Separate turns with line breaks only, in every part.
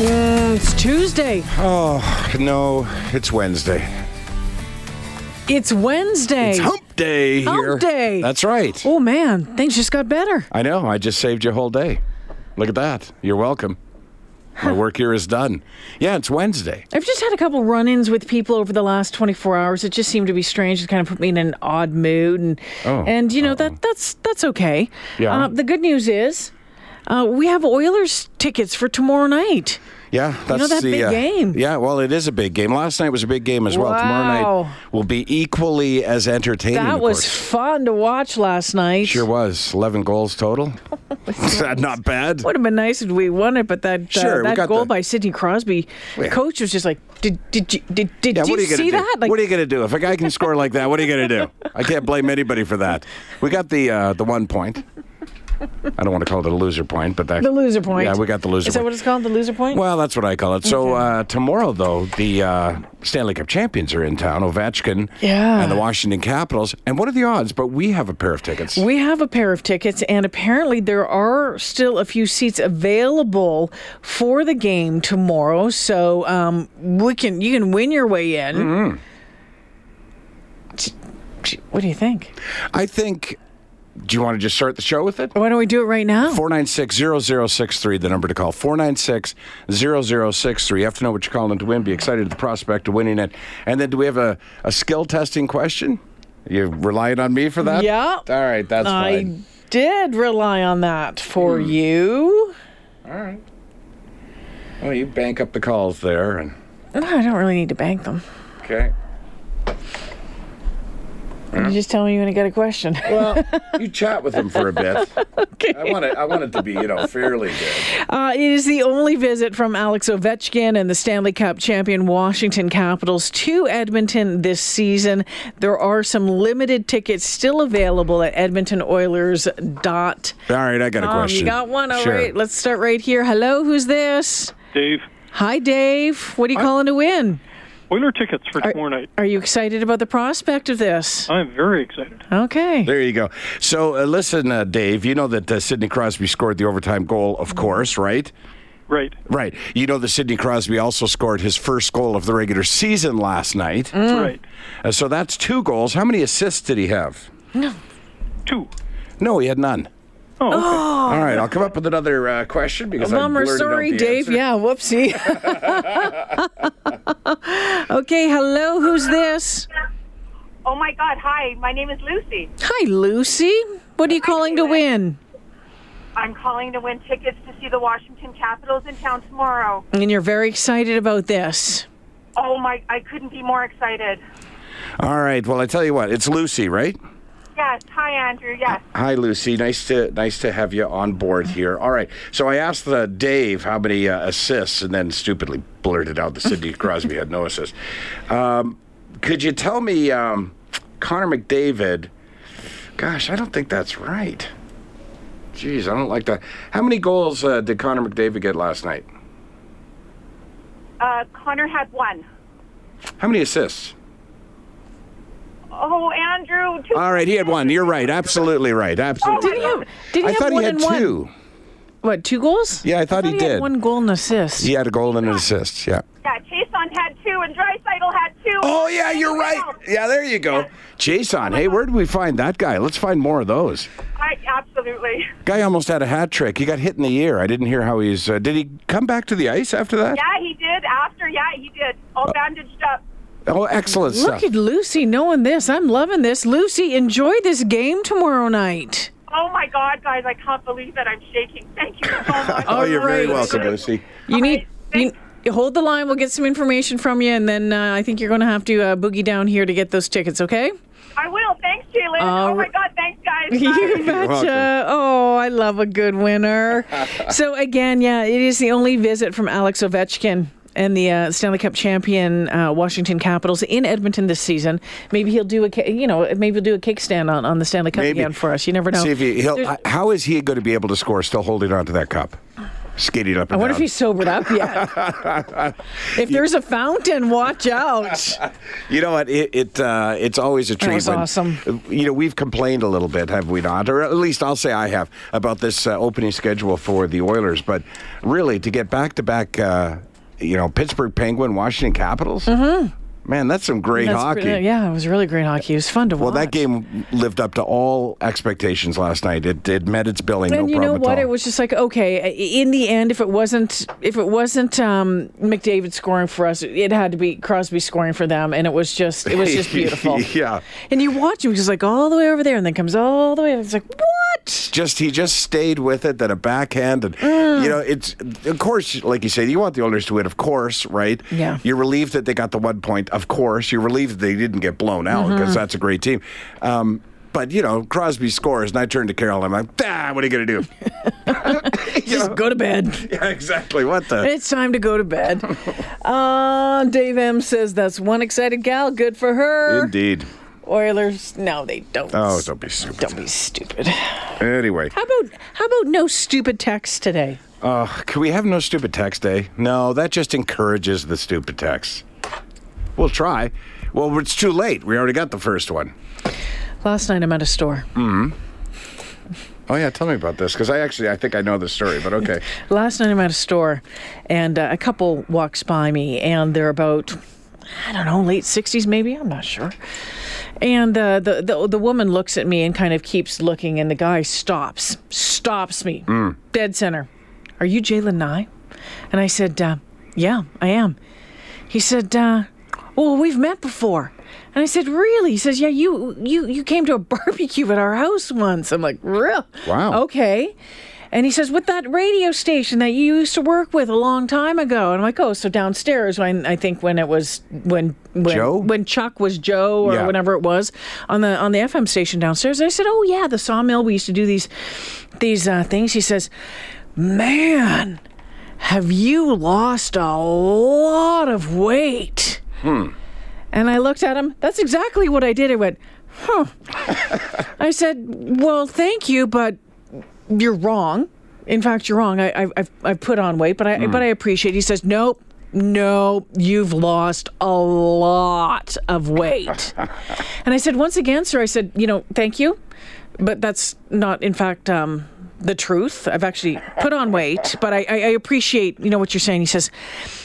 It's Tuesday.
Oh, no, it's Wednesday.
It's Wednesday.
It's hump day
Hump
here.
day.
That's right.
oh man, things just got better.
I know. I just saved your whole day. Look at that. You're welcome. My work here is done. Yeah, it's Wednesday.
I've just had a couple run-ins with people over the last 24 hours. It just seemed to be strange. It kind of put me in an odd mood, and
Oh,
and you know that that's that's okay.
Yeah.
Uh, the good news is, uh, we have Oilers tickets for tomorrow night.
Yeah, that's
that
the
big
uh,
game.
Yeah, well, it is a big game. Last night was a big game as well. Tomorrow
Wow.
night will be equally as entertaining.
That
of
was
course.
fun to watch last night.
sure was eleven goals total. is that not bad?
Would have been nice if we won it, but that uh,
Sure, we
that
got
goal
the-
by Sidney Crosby, the coach was just like, did did you did did,
Yeah,
did
what are you
you
gonna
see
do?
that? Like,
what are you gonna do if a guy can score like that? What are you gonna do? I can't blame anybody for that. We got the uh, the one point. I don't want to call it a loser point, but that
The loser point.
Yeah, we got the loser
Is that
point.
what it's called? The loser point?
well, that's what I call it. So uh, tomorrow, though, the uh, Stanley Cup champions are in town. Ovechkin,
Yeah.
and the Washington Capitals. And what are the odds? But we have a pair of tickets.
we have a pair of tickets, and apparently there are still a few seats available for the game tomorrow. So um, we can you can win your way in.
Mm-hmm.
T- t- What do you think?
I think. Do you want to just start the show with it?
Why don't we do it right now?
496-0063, the number to call. 496-0063. You have to know what you're calling to win. Be excited at the prospect of winning it. And then do we have a, a skill testing question? You relying on me for that?
Yeah.
All right, that's
I
fine. Hmm.
did rely on that for you.
All right. Well, you bank up the calls there and
No, I don't really need to bank them.
okay. Hmm.
You just tell me when you got a question.
Well, you chat with them for a bit. I want it I want it to be, you know, fairly good.
Uh, it is the only visit from Alex Ovechkin and the Stanley Cup champion Washington Capitals to Edmonton this season. There are some limited tickets still available at edmontonoilers.com.
All right, I got a question.
Um, You got one? All
Sure.
right, let's start right here. Hello, who's this?
Dave,
Hi, Dave. What are you calling to win?
Oiler tickets for tomorrow night.
Are you excited about the prospect of this?
I'm very excited.
Okay.
There you go. So, uh, listen, uh, Dave, you know that uh, Sidney Crosby scored the overtime goal, of
Mm-hmm.
course, right?
Right.
Right. You know that Sidney Crosby also scored his first goal of the regular season last night.
Right.
Uh, so that's two goals. How many assists did he have?
Two.
No, he had none.
Oh, okay.
All right, I'll come up with another uh, question because I
Bummer,
blurted out
sorry,
the
Dave.
answer.
Yeah, whoopsie. okay, hello, who's this?
Oh my God! Hi, my name is Lucy.
Hi, Lucy. What are you calling to win?
I'm calling to win tickets to see the Washington Capitals in town tomorrow.
And you're very excited about this.
Oh my! I couldn't be more excited.
All right. Well, I tell you what, it's Lucy, right?
Yes. Hi, Andrew. Yes.
Hi, Lucy. Nice to nice to have you on board here. All right. So I asked uh, Dave how many uh, assists, and then stupidly blurted out that Sidney Crosby had no assists. Um, could you tell me, um, Connor McDavid? Gosh, I don't think that's right. Jeez, I don't like that. How many goals uh, did Connor McDavid get last night?
Uh, Connor had one.
How many assists?
Oh, Andrew. Two.
All right, he had one. You're right. Absolutely right.
Oh,
Absolutely.
Did he have, did he
Oh, I
have
thought
one
he had
and one?
two.
What, two goals?
Yeah, I thought he
had
did.
one goal and assist.
He had a goal and an assist. Yeah.
yeah, Chason had two, and Drysital had two.
Oh yeah, you're right. Yeah, there you go. Jason, hey, where did we find that guy? Let's find more of those.
I absolutely.
Guy almost had a hat trick. He got hit in the ear. I didn't hear how he's. Uh, did he come back to the ice after that?
Yeah, he did. After, yeah, he did. All bandaged up.
Oh, excellent
Look
stuff.
at Lucy knowing this. I'm loving this. Lucy, enjoy this game tomorrow night.
Oh my God, guys! I can't believe it. I'm shaking. Thank you so much.
oh, you're
All
very
right.
welcome, Lucy.
You need.
right,
You, you hold the line. We'll get some information from you, and then uh, I think you're going to have to uh, boogie down here to get those tickets. Okay?
I will. Thanks, Jalen.
All
oh my
right.
God! Thanks, guys. Bye.
You betcha. Oh, I love a good winner. so again, yeah, it is the only visit from Alex Ovechkin and the uh, Stanley Cup champion uh, Washington Capitals in Edmonton this season. Maybe he'll do a ca- you know maybe he'll do a cake stand on, on the Stanley Cup
Maybe.
again for us. You never know.
See if he, he'll,
There's-
how is he going to be able to score still holding on to that cup? Skating up and
I wonder if
down.
he's sobered up yet. if there's a fountain, watch out.
You know what? It, it uh, it's always a treat.
was
when-
awesome.
You know, we've complained a little bit, have we not? Or at least I'll say I have about this uh, opening schedule for the Oilers. But really, to get back to back, uh, you know, Pittsburgh Penguin, Washington Capitals. Mm-hmm. Man, that's some great
That's
hockey.
pretty- yeah, it was really great hockey. It was fun to
Well,
watch.
that game lived up to all expectations last night. It, it met its billing.
And
no
you know
problem at
what?
all.
It was just like okay. i- In the end, if it wasn't if it wasn't um, McDavid scoring for us, it had to be Crosby scoring for them, and it was just it was just beautiful.
yeah.
And you watch him, he's like all the way over there, and then comes all the way. It's like what?
just he just stayed with it then a backhand and you know it's of course like you say you want the oilers to win of course right
Yeah.
you're relieved that they got the one point of course you're relieved that they didn't get blown out
Mm-hmm.
because that's a great team um, but you know crosby scores and i turn to carol and i'm like ah what are you going to do
Just go to bed.
yeah exactly what the
It's time to go to bed. uh, Dave M says that's one excited gal. Good for her.
indeed
Oilers? No, they don't.
oh don't be stupid
Don't be stupid. How
anyway
about how about no stupid text today?
uh, can we have no stupid text day no that just encourages the stupid text we'll try well it's too late we already got the first one
Last night I'm at a store.
Oh yeah, tell me about this because I actually I think I know the story, but okay.
Last night I'm at a store, and uh, a couple walks by me, and they're about, I don't know, late 60s maybe. I'm not sure. And uh, the, the the woman looks at me and kind of keeps looking, and the guy stops, stops me, dead center. Are you Jalen Nye? And I said, uh, Yeah, I am. He said, uh, "Well, we've met before." And I said, "Really?" He says, "Yeah, you you you came to a barbecue at our house once." I'm like, "Real?
Wow.
Okay." And he says, "With that radio station that you used to work with a long time ago." And I'm like, "Oh, so downstairs when I think when it was when when
Joe?
when Chuck was Joe or
Yeah.
whenever it was on the on the FM station downstairs." And I said, "Oh yeah, the sawmill. We used to do these these uh, things." He says, "Man." have you lost a lot of weight?
Hmm.
And I looked at him. That's exactly what I did. I went, huh. I said, well, thank you, but you're wrong. In fact, you're wrong. I, I, I've, I've put on weight, but I, but I appreciate it. He says, nope, no, you've lost a lot of weight. and I said, once again, sir, I said, you know, thank you, but that's not, in fact, um, the truth. I've actually put on weight, but I, I, I appreciate, you know, what you're saying. He says,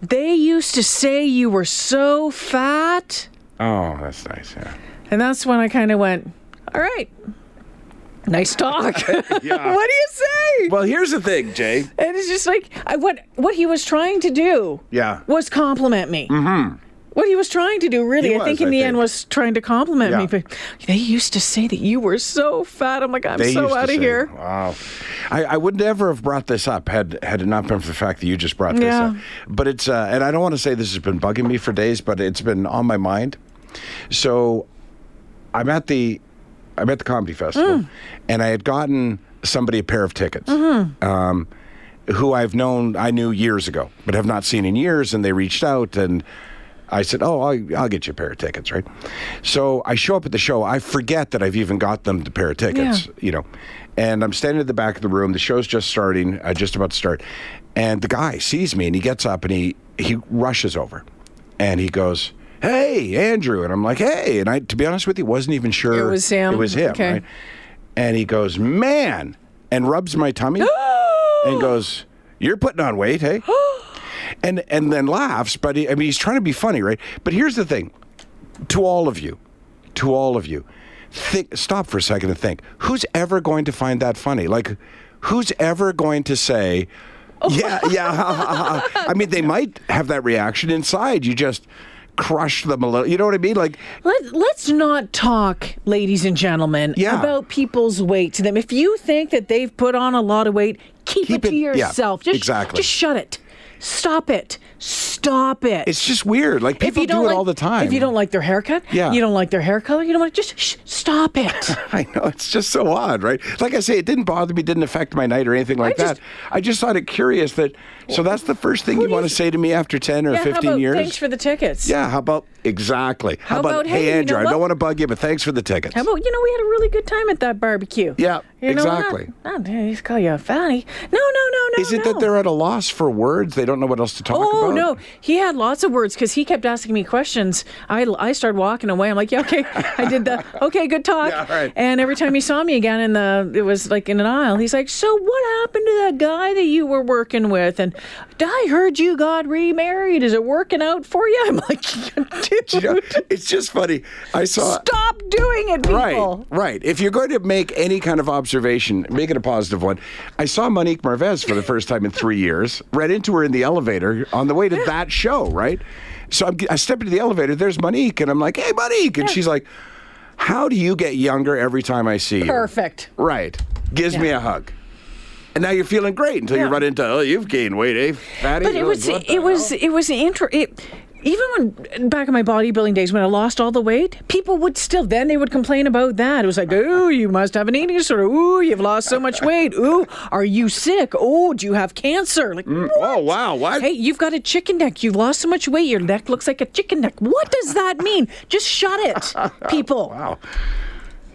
they used to say you were so fat.
Oh, that's nice. Yeah.
And that's when I kind of went, all right, nice talk. what do you say?
Well, here's the thing, Jay.
And it's just like I what what he was trying to do
Yeah.
was compliment me. Mm-hmm. What he was trying to do, really,
He
I think
was,
in
I
the end
think.
was trying to compliment me.
Yeah.
But they used to say that you were so fat. I'm like, I'm so
used to
out
say-
of here.
Wow. I, I would never have brought this up had had it not been for the fact that you just brought this
Yeah.
up. But it's uh, and I don't want to say this has been bugging me for days, but it's been on my mind. So I'm at the I'm at the comedy festival, and I had gotten somebody a pair of tickets, um, who I've known I knew years ago, but have not seen in years, and they reached out and. I said, "Oh, I'll, I'll get you a pair of tickets, right?" So I show up at the show. I forget that I've even got them the pair of tickets,
Yeah.
you know. And I'm standing at the back of the room. The show's just starting, uh, just about to start. And the guy sees me and he gets up and he he rushes over, and he goes, "Hey, Andrew!" And I'm like, "Hey!" And I, to be honest with you, wasn't even sure
It was him.
It was him,
Okay.
right? And he goes, "Man!" and rubs my tummy and goes, "You're putting on weight, hey?" and and then laughs. But he, I mean, he's trying to be funny, right? But here's the thing: to all of you, to all of you, think, stop for a second and think. Who's ever going to find that funny? Like, who's ever going to say?
Oh.
Yeah, yeah. ha, ha, ha, ha." I mean, they might have that reaction inside. You just crush them a little. You know what I mean? Like,
Let, let's not talk, ladies and gentlemen,
Yeah.
about people's weight to them. If you think that they've put on a lot of weight, keep,
Keep
it to
it- yeah,
yourself. just,
exactly.
just shut it. Stop it. Stop Stop it.
It's just weird. Like people do it
like,
all the time.
If you don't like their haircut,
Yeah.
you don't like their hair color, you don't like just shh, stop it.
I know it's just so odd, right? Like I say, it didn't bother me, didn't affect my night or anything like
I just-
that. I just thought it curious that. So that's the first thing you want to say to me after ten or
Yeah, how
fifteen
about
years.
Thanks for the tickets.
yeah, how about exactly? How,
about,
hey,
hey, you know
Andrew? I
what?
don't want to bug you, but thanks for the tickets.
How about you know we had a really good time at that barbecue?
Yeah,
you know
exactly.
What? Not, he's call you a fatty. No, no, no, no.
Is it
no.
that they're at a loss for words? They don't know what else to talk
Oh
about.
no, he had lots of words because he kept asking me questions. I, I started walking away. I'm like, yeah, okay, I did the okay, good talk.
Yeah, all right.
And every time he saw me again in the it was like in an aisle, he's like, so what happened to that guy that you were working with? And I heard you got remarried. Is it working out for you? I'm like, dude,
Yeah, it's just funny. I saw.
stop doing it, people.
Right, right. If you're going to make any kind of observation, make it a positive one. I saw Monique Marvez for the first time in three years. Ran into her in the elevator on the way to that show. Right, so I'm, I step into the elevator. There's Monique, and I'm like, "Hey, Monique," and she's like, "How do you get younger every time I see you?"
Perfect.
Right. Gives me a hug. And now you're feeling great until you
Yeah.
run into, oh, you've gained weight, eh, fatty?
But it
You're like,
was
"What the
it was it was an intro. It, even when back in my bodybuilding days, when I lost all the weight, people would still then they would complain about that. It was like, oh, you must have an eating disorder. Ooh, you've lost so much weight. Ooh, are you sick? Oh, do you have cancer? Like,
Oh wow! What?
hey, you've got a chicken neck. You've lost so much weight. Your neck looks like a chicken neck. What does that mean? Just shut it, people.
Wow!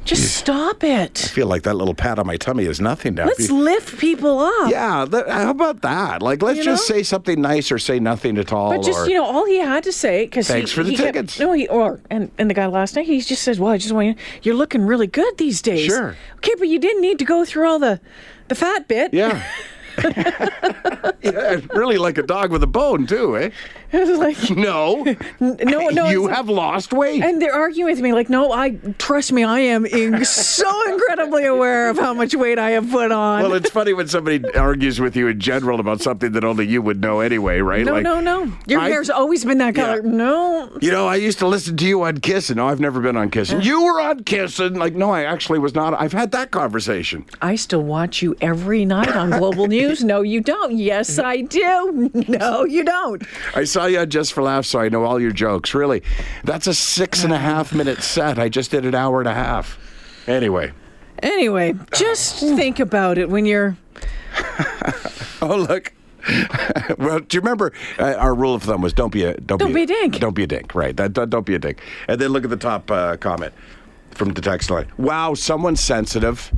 Just stop
I
it.
feel like that little pat on my tummy is nothing now.
Let's lift people up.
yeah, th- how about that? Like, let's
You
just
know?
say something nice or say nothing at all.
But just
or,
you know, all he had to say because
Thanks
he,
for the
he kept-
tickets.
no, he or and, and the guy last night he just says, "Well, I just want you. You're looking really good these days."
Sure.
Okay, but you didn't need to go through all the the fat bit.
yeah. yeah, really like a dog with a bone too, eh?
It was like
No,
no, no.
you
it's-
have lost weight.
And they're arguing with me like, "No, I trust me. I am in, so incredibly aware of how much weight I have put on."
well, it's funny when somebody argues with you in general about something that only you would know anyway, right?
no,
like,
no, no. Your
I-
hair's always been that
Yeah.
color. No.
You know, I used to listen to you on Kissin'. No, I've never been on Kissin'. You were on Kissin'. Like, no, I actually was not. I've had that conversation.
I still watch you every night on Global News. No, you don't. Yes, I do. No, you don't.
I saw you on Just for Laughs, so I know all your jokes. Really, that's a six and a half minute set. I just did an hour and a half. Anyway.
Anyway, just think about it when you're.
Oh look. well, do you remember uh, our rule of thumb was don't be a don't,
Don't be a dink.
Don't be a dink. Right. That, that- don't be a dink. And then look at the top uh, comment from the text line. Wow, someone's sensitive.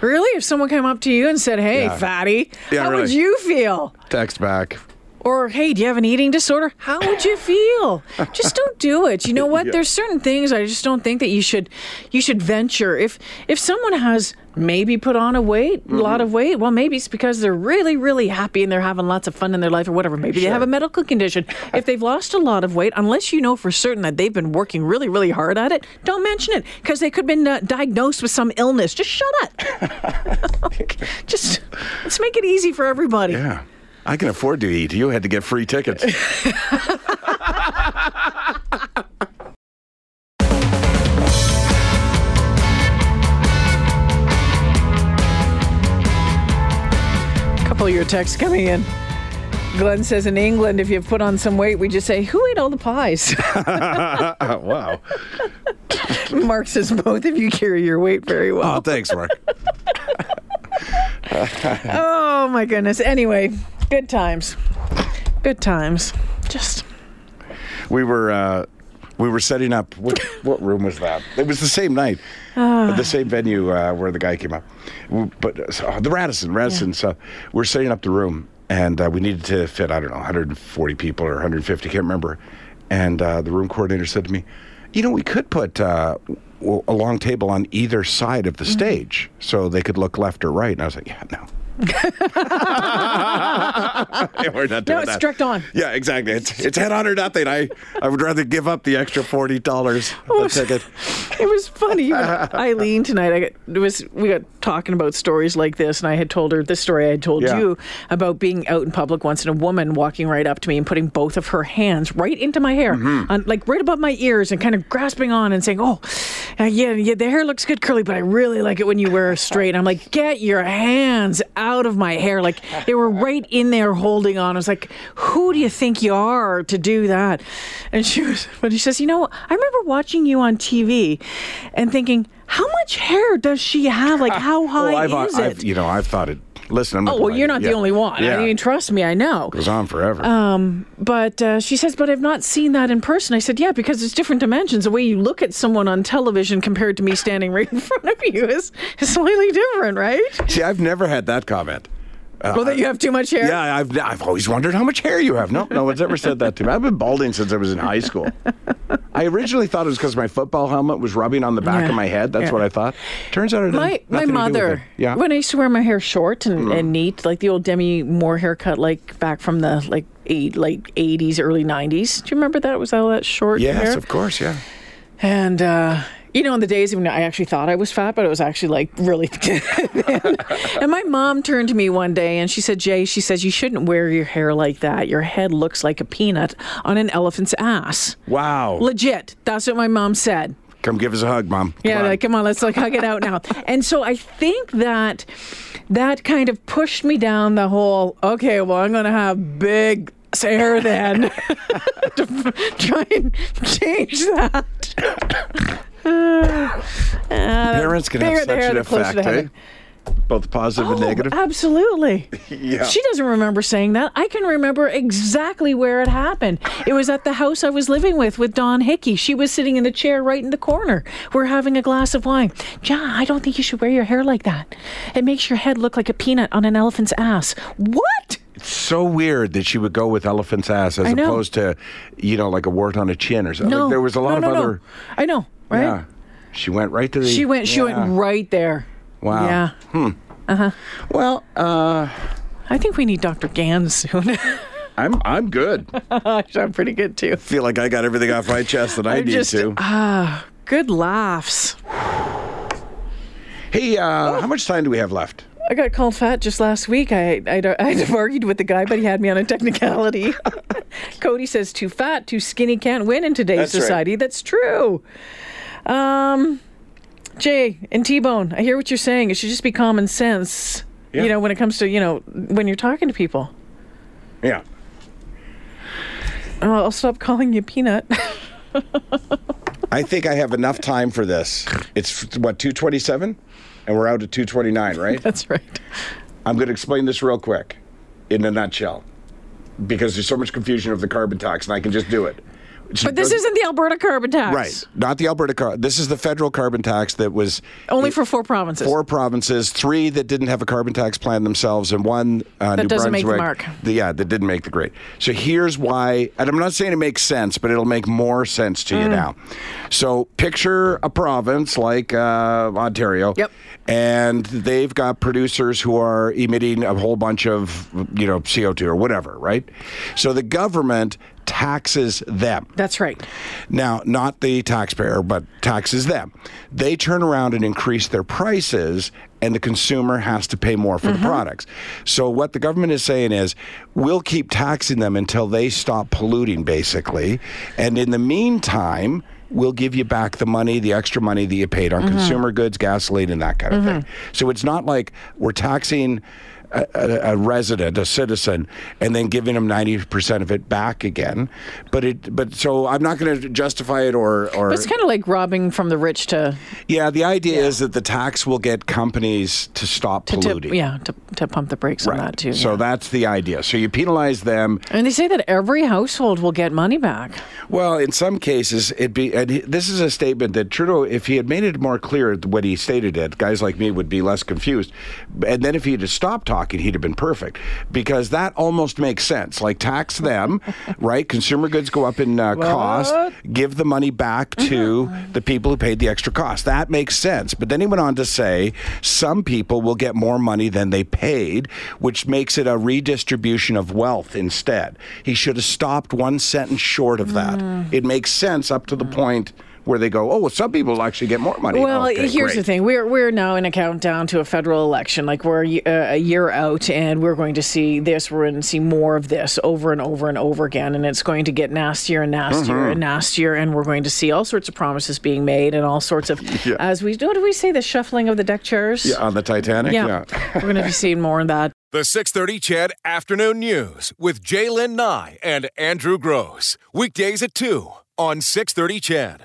Really? If someone came up to you and said, hey,
Yeah.
fatty,
Yeah,
how would
really.
you feel?
Text back.
Or, hey, do you have an eating disorder? How would you feel? just don't do it. You know what?
Yeah.
There's certain things I just don't think that you should you should venture. If if someone has maybe put on a weight, a lot of weight, well maybe it's because they're really, really happy and they're having lots of fun in their life or whatever. Maybe they have a medical condition. if they've lost a lot of weight, unless you know for certain that they've been working really, really hard at it, don't mention it because they could have been uh, diagnosed with some illness. Just shut up. just let's make it easy for everybody.
Yeah. I can afford to eat. You had to get free tickets.
couple of your texts coming in. Glenn says in England, if you've put on some weight, we just say, Who ate all the pies?
Oh, wow.
Mark says, Both of you carry your weight very well.
Oh, thanks, Mark.
Oh my goodness. Anyway, good times. Good times. Just.
we were uh, we were setting up. What, what room was that? It was the same night,
Ah.
the same venue uh, where the guy came up. W- But uh, so, the Radisson, Radisson. So we're setting up the room, and uh, we needed to fit I don't know 140 people or 150, can't remember. And uh, the room coordinator said to me, "You know, we could put." Uh, w- a long table on either side of the
Mm-hmm.
stage so they could look left or right. And I was like, yeah, no. We're not doing
No, it's
that.
direct on.
Yeah, exactly. It's, it's head on or nothing. I, I would rather give up the extra forty dollars
Oh,
a ticket.
It was funny. Eileen tonight, I got, it was we got talking about stories like this, and I had told her this story I had told
Yeah.
you about being out in public once, and a woman walking right up to me and putting both
Mm-hmm.
of her hands right into my hair, on, like right above my ears, and kind of grasping on and saying, "Oh, uh, yeah, yeah, the hair looks good curly, but I really like it when you wear it straight. And I'm like, get your hands out of my hair. Like they were right in there holding on. I was like, who do you think you are to do that? And she was, but she says, you know, I remember watching you on TV and thinking, how much hair does she have? Like how high
oh, I've,
is it?
I've, you know, I've thought it. Listen, I'm not
Oh well,
gonna
you're
lie
not
to
the
you.
only one.
Yeah.
I mean, Oh. trust me, I know.
it was on forever.
But uh, she says, but I've not seen that in person. I said, yeah, because it's different dimensions. The way you look at someone on television compared to me standing right in front of you is, is slightly different, right?
See, I've never had that comment.
well, that you have too much hair.
Uh, Yeah, I've I've always wondered how much hair you have. No, no one's ever said that to me. I've been balding since I was in high school. I originally thought it was because my football helmet was rubbing on the back
Yeah,
of my head. That's
yeah.
what I thought. Turns out it had
My my
nothing to do with
mother.
it. Yeah. Mm.
When I used to wear my hair short and, and neat, like the old Demi Moore haircut, like back from the like eight late '80s, early '90s. Do you remember that? It Was all that short
yes,
hair?
of course. Yeah.
And uh, you know, in the days when I actually thought I was fat, but it was actually like really thin. and my mom turned to me one day and she said, "Jay, she says you shouldn't wear your hair like that. Your head looks like a peanut on an elephant's ass."
Wow.
Legit, that's what my mom said.
Come give us a hug, mom. Come
Yeah,
on.
like come on, let's like hug it out now. And so I think that that kind of pushed me down the whole. Okay, well I'm gonna have big hair then to f- try and change that.
parents can
bigger the
have such
hair,
an
the closer
effect,
to
eh?
heaven.
Both positive and
Oh,
negative.
Absolutely. She doesn't remember saying that. I can remember exactly where it happened. It was at the house I was living with with Don Hickey. She was sitting in the chair right in the corner. We're having a glass of wine. John, I don't think you should wear your hair like that. It makes your head look like a peanut on an elephant's ass. What?
so weird that she would go with elephant's ass as
I know.
opposed to, you know, like a wart on a chin or something.
No.
Like, there was a lot
no,
of
no, no.
other.
I know, right?
Yeah. She went right to the.
She went. She
Yeah.
went right there.
Wow.
Yeah.
Well, uh,
I think we need Dr. Gans soon.
I'm I'm good.
I'm pretty good too.
Feel like I got everything off my chest that I
I'm
need
just- uh,
to.
Good laughs.
hey, uh, how much time do we have left?
I got called fat just last week. I I I'd argued with the guy, but he had me on a technicality. Cody says too fat, too skinny can't win in today's
That's right.
society. That's true. Um, Jay and T Bone, I hear what you're saying. It should just be common sense.
Yeah.
You know, when it comes to you know when you're talking to people.
Yeah.
Oh, I'll stop calling you peanut.
I think I have enough time for this. It's what 227, and we're out at 229, right?
That's right.
I'm going to explain this real quick in a nutshell because there's so much confusion of the carbon tax, and I can just do it.
But this isn't the Alberta carbon tax.
Right. Not the Alberta car. This is the federal carbon tax that was
Only for four provinces.
four provinces, three that didn't have a carbon tax plan themselves, and one uh,
That
New
doesn't make
Brunswick.
the mark.
the- yeah, that didn't make the grade. So here's why, and I'm not saying it makes sense, but it'll make more sense to you
Mm.
now. So picture a province like uh, Ontario.
Yep.
And they've got producers who are emitting a whole bunch of, you know, CO2 or whatever, right? So the government taxes them.
That's right.
Now, not the taxpayer, but taxes them. They turn around and increase their prices, and the consumer has to pay more for the products. So, what the government is saying is, we'll keep taxing them until they stop polluting, basically. And in the meantime, we'll give you back the money, the extra money that you paid on consumer goods, gasoline, and that kind of thing. So, it's not like we're taxing. A, a, a resident, a citizen, and then giving them ninety percent of it back again. But it, but so I'm not going to justify it or or
But it's kind of like robbing from the rich to
yeah. The idea is that the tax will get companies to stop
to, to
polluting.
yeah to, to pump the brakes on that too.
So
yeah.
that's the idea. So you penalize them.
And they say that every household will get money back.
Well, in some cases, it'd be. And he- this is a statement that Trudeau, if he had made it more clear what he stated it, guys like me would be less confused. And then if he'd have stopped talking, he'd have been perfect because that almost makes sense. Like tax them, right? Consumer goods go up in uh, cost. Give the money back
Mm-hmm.
to the people who paid the extra cost. That makes sense. But then he went on to say some people will get more money than they paid, which makes it a redistribution of wealth
Mm.
instead. He should have stopped one sentence short of that. It makes sense up to the point where they go, oh, well, some people actually get more money.
Well,
Okay,
here's the
great.
thing: we're we're now in a countdown to a federal election. Like we're a y- uh, a year out, and we're going to see this. We're going to see more of this over and over and over again, and it's going to get nastier and nastier
Mm-hmm.
and nastier. And we're going to see all sorts of promises being made and all sorts of
Yeah.
as we what do we say the shuffling of the deck chairs.
Yeah, on the Titanic.
yeah. we're going to be seeing more of that.
The 630 Chad Afternoon News with Jaylen Nye and Andrew Gross. Weekdays at 2 on 630 Chad.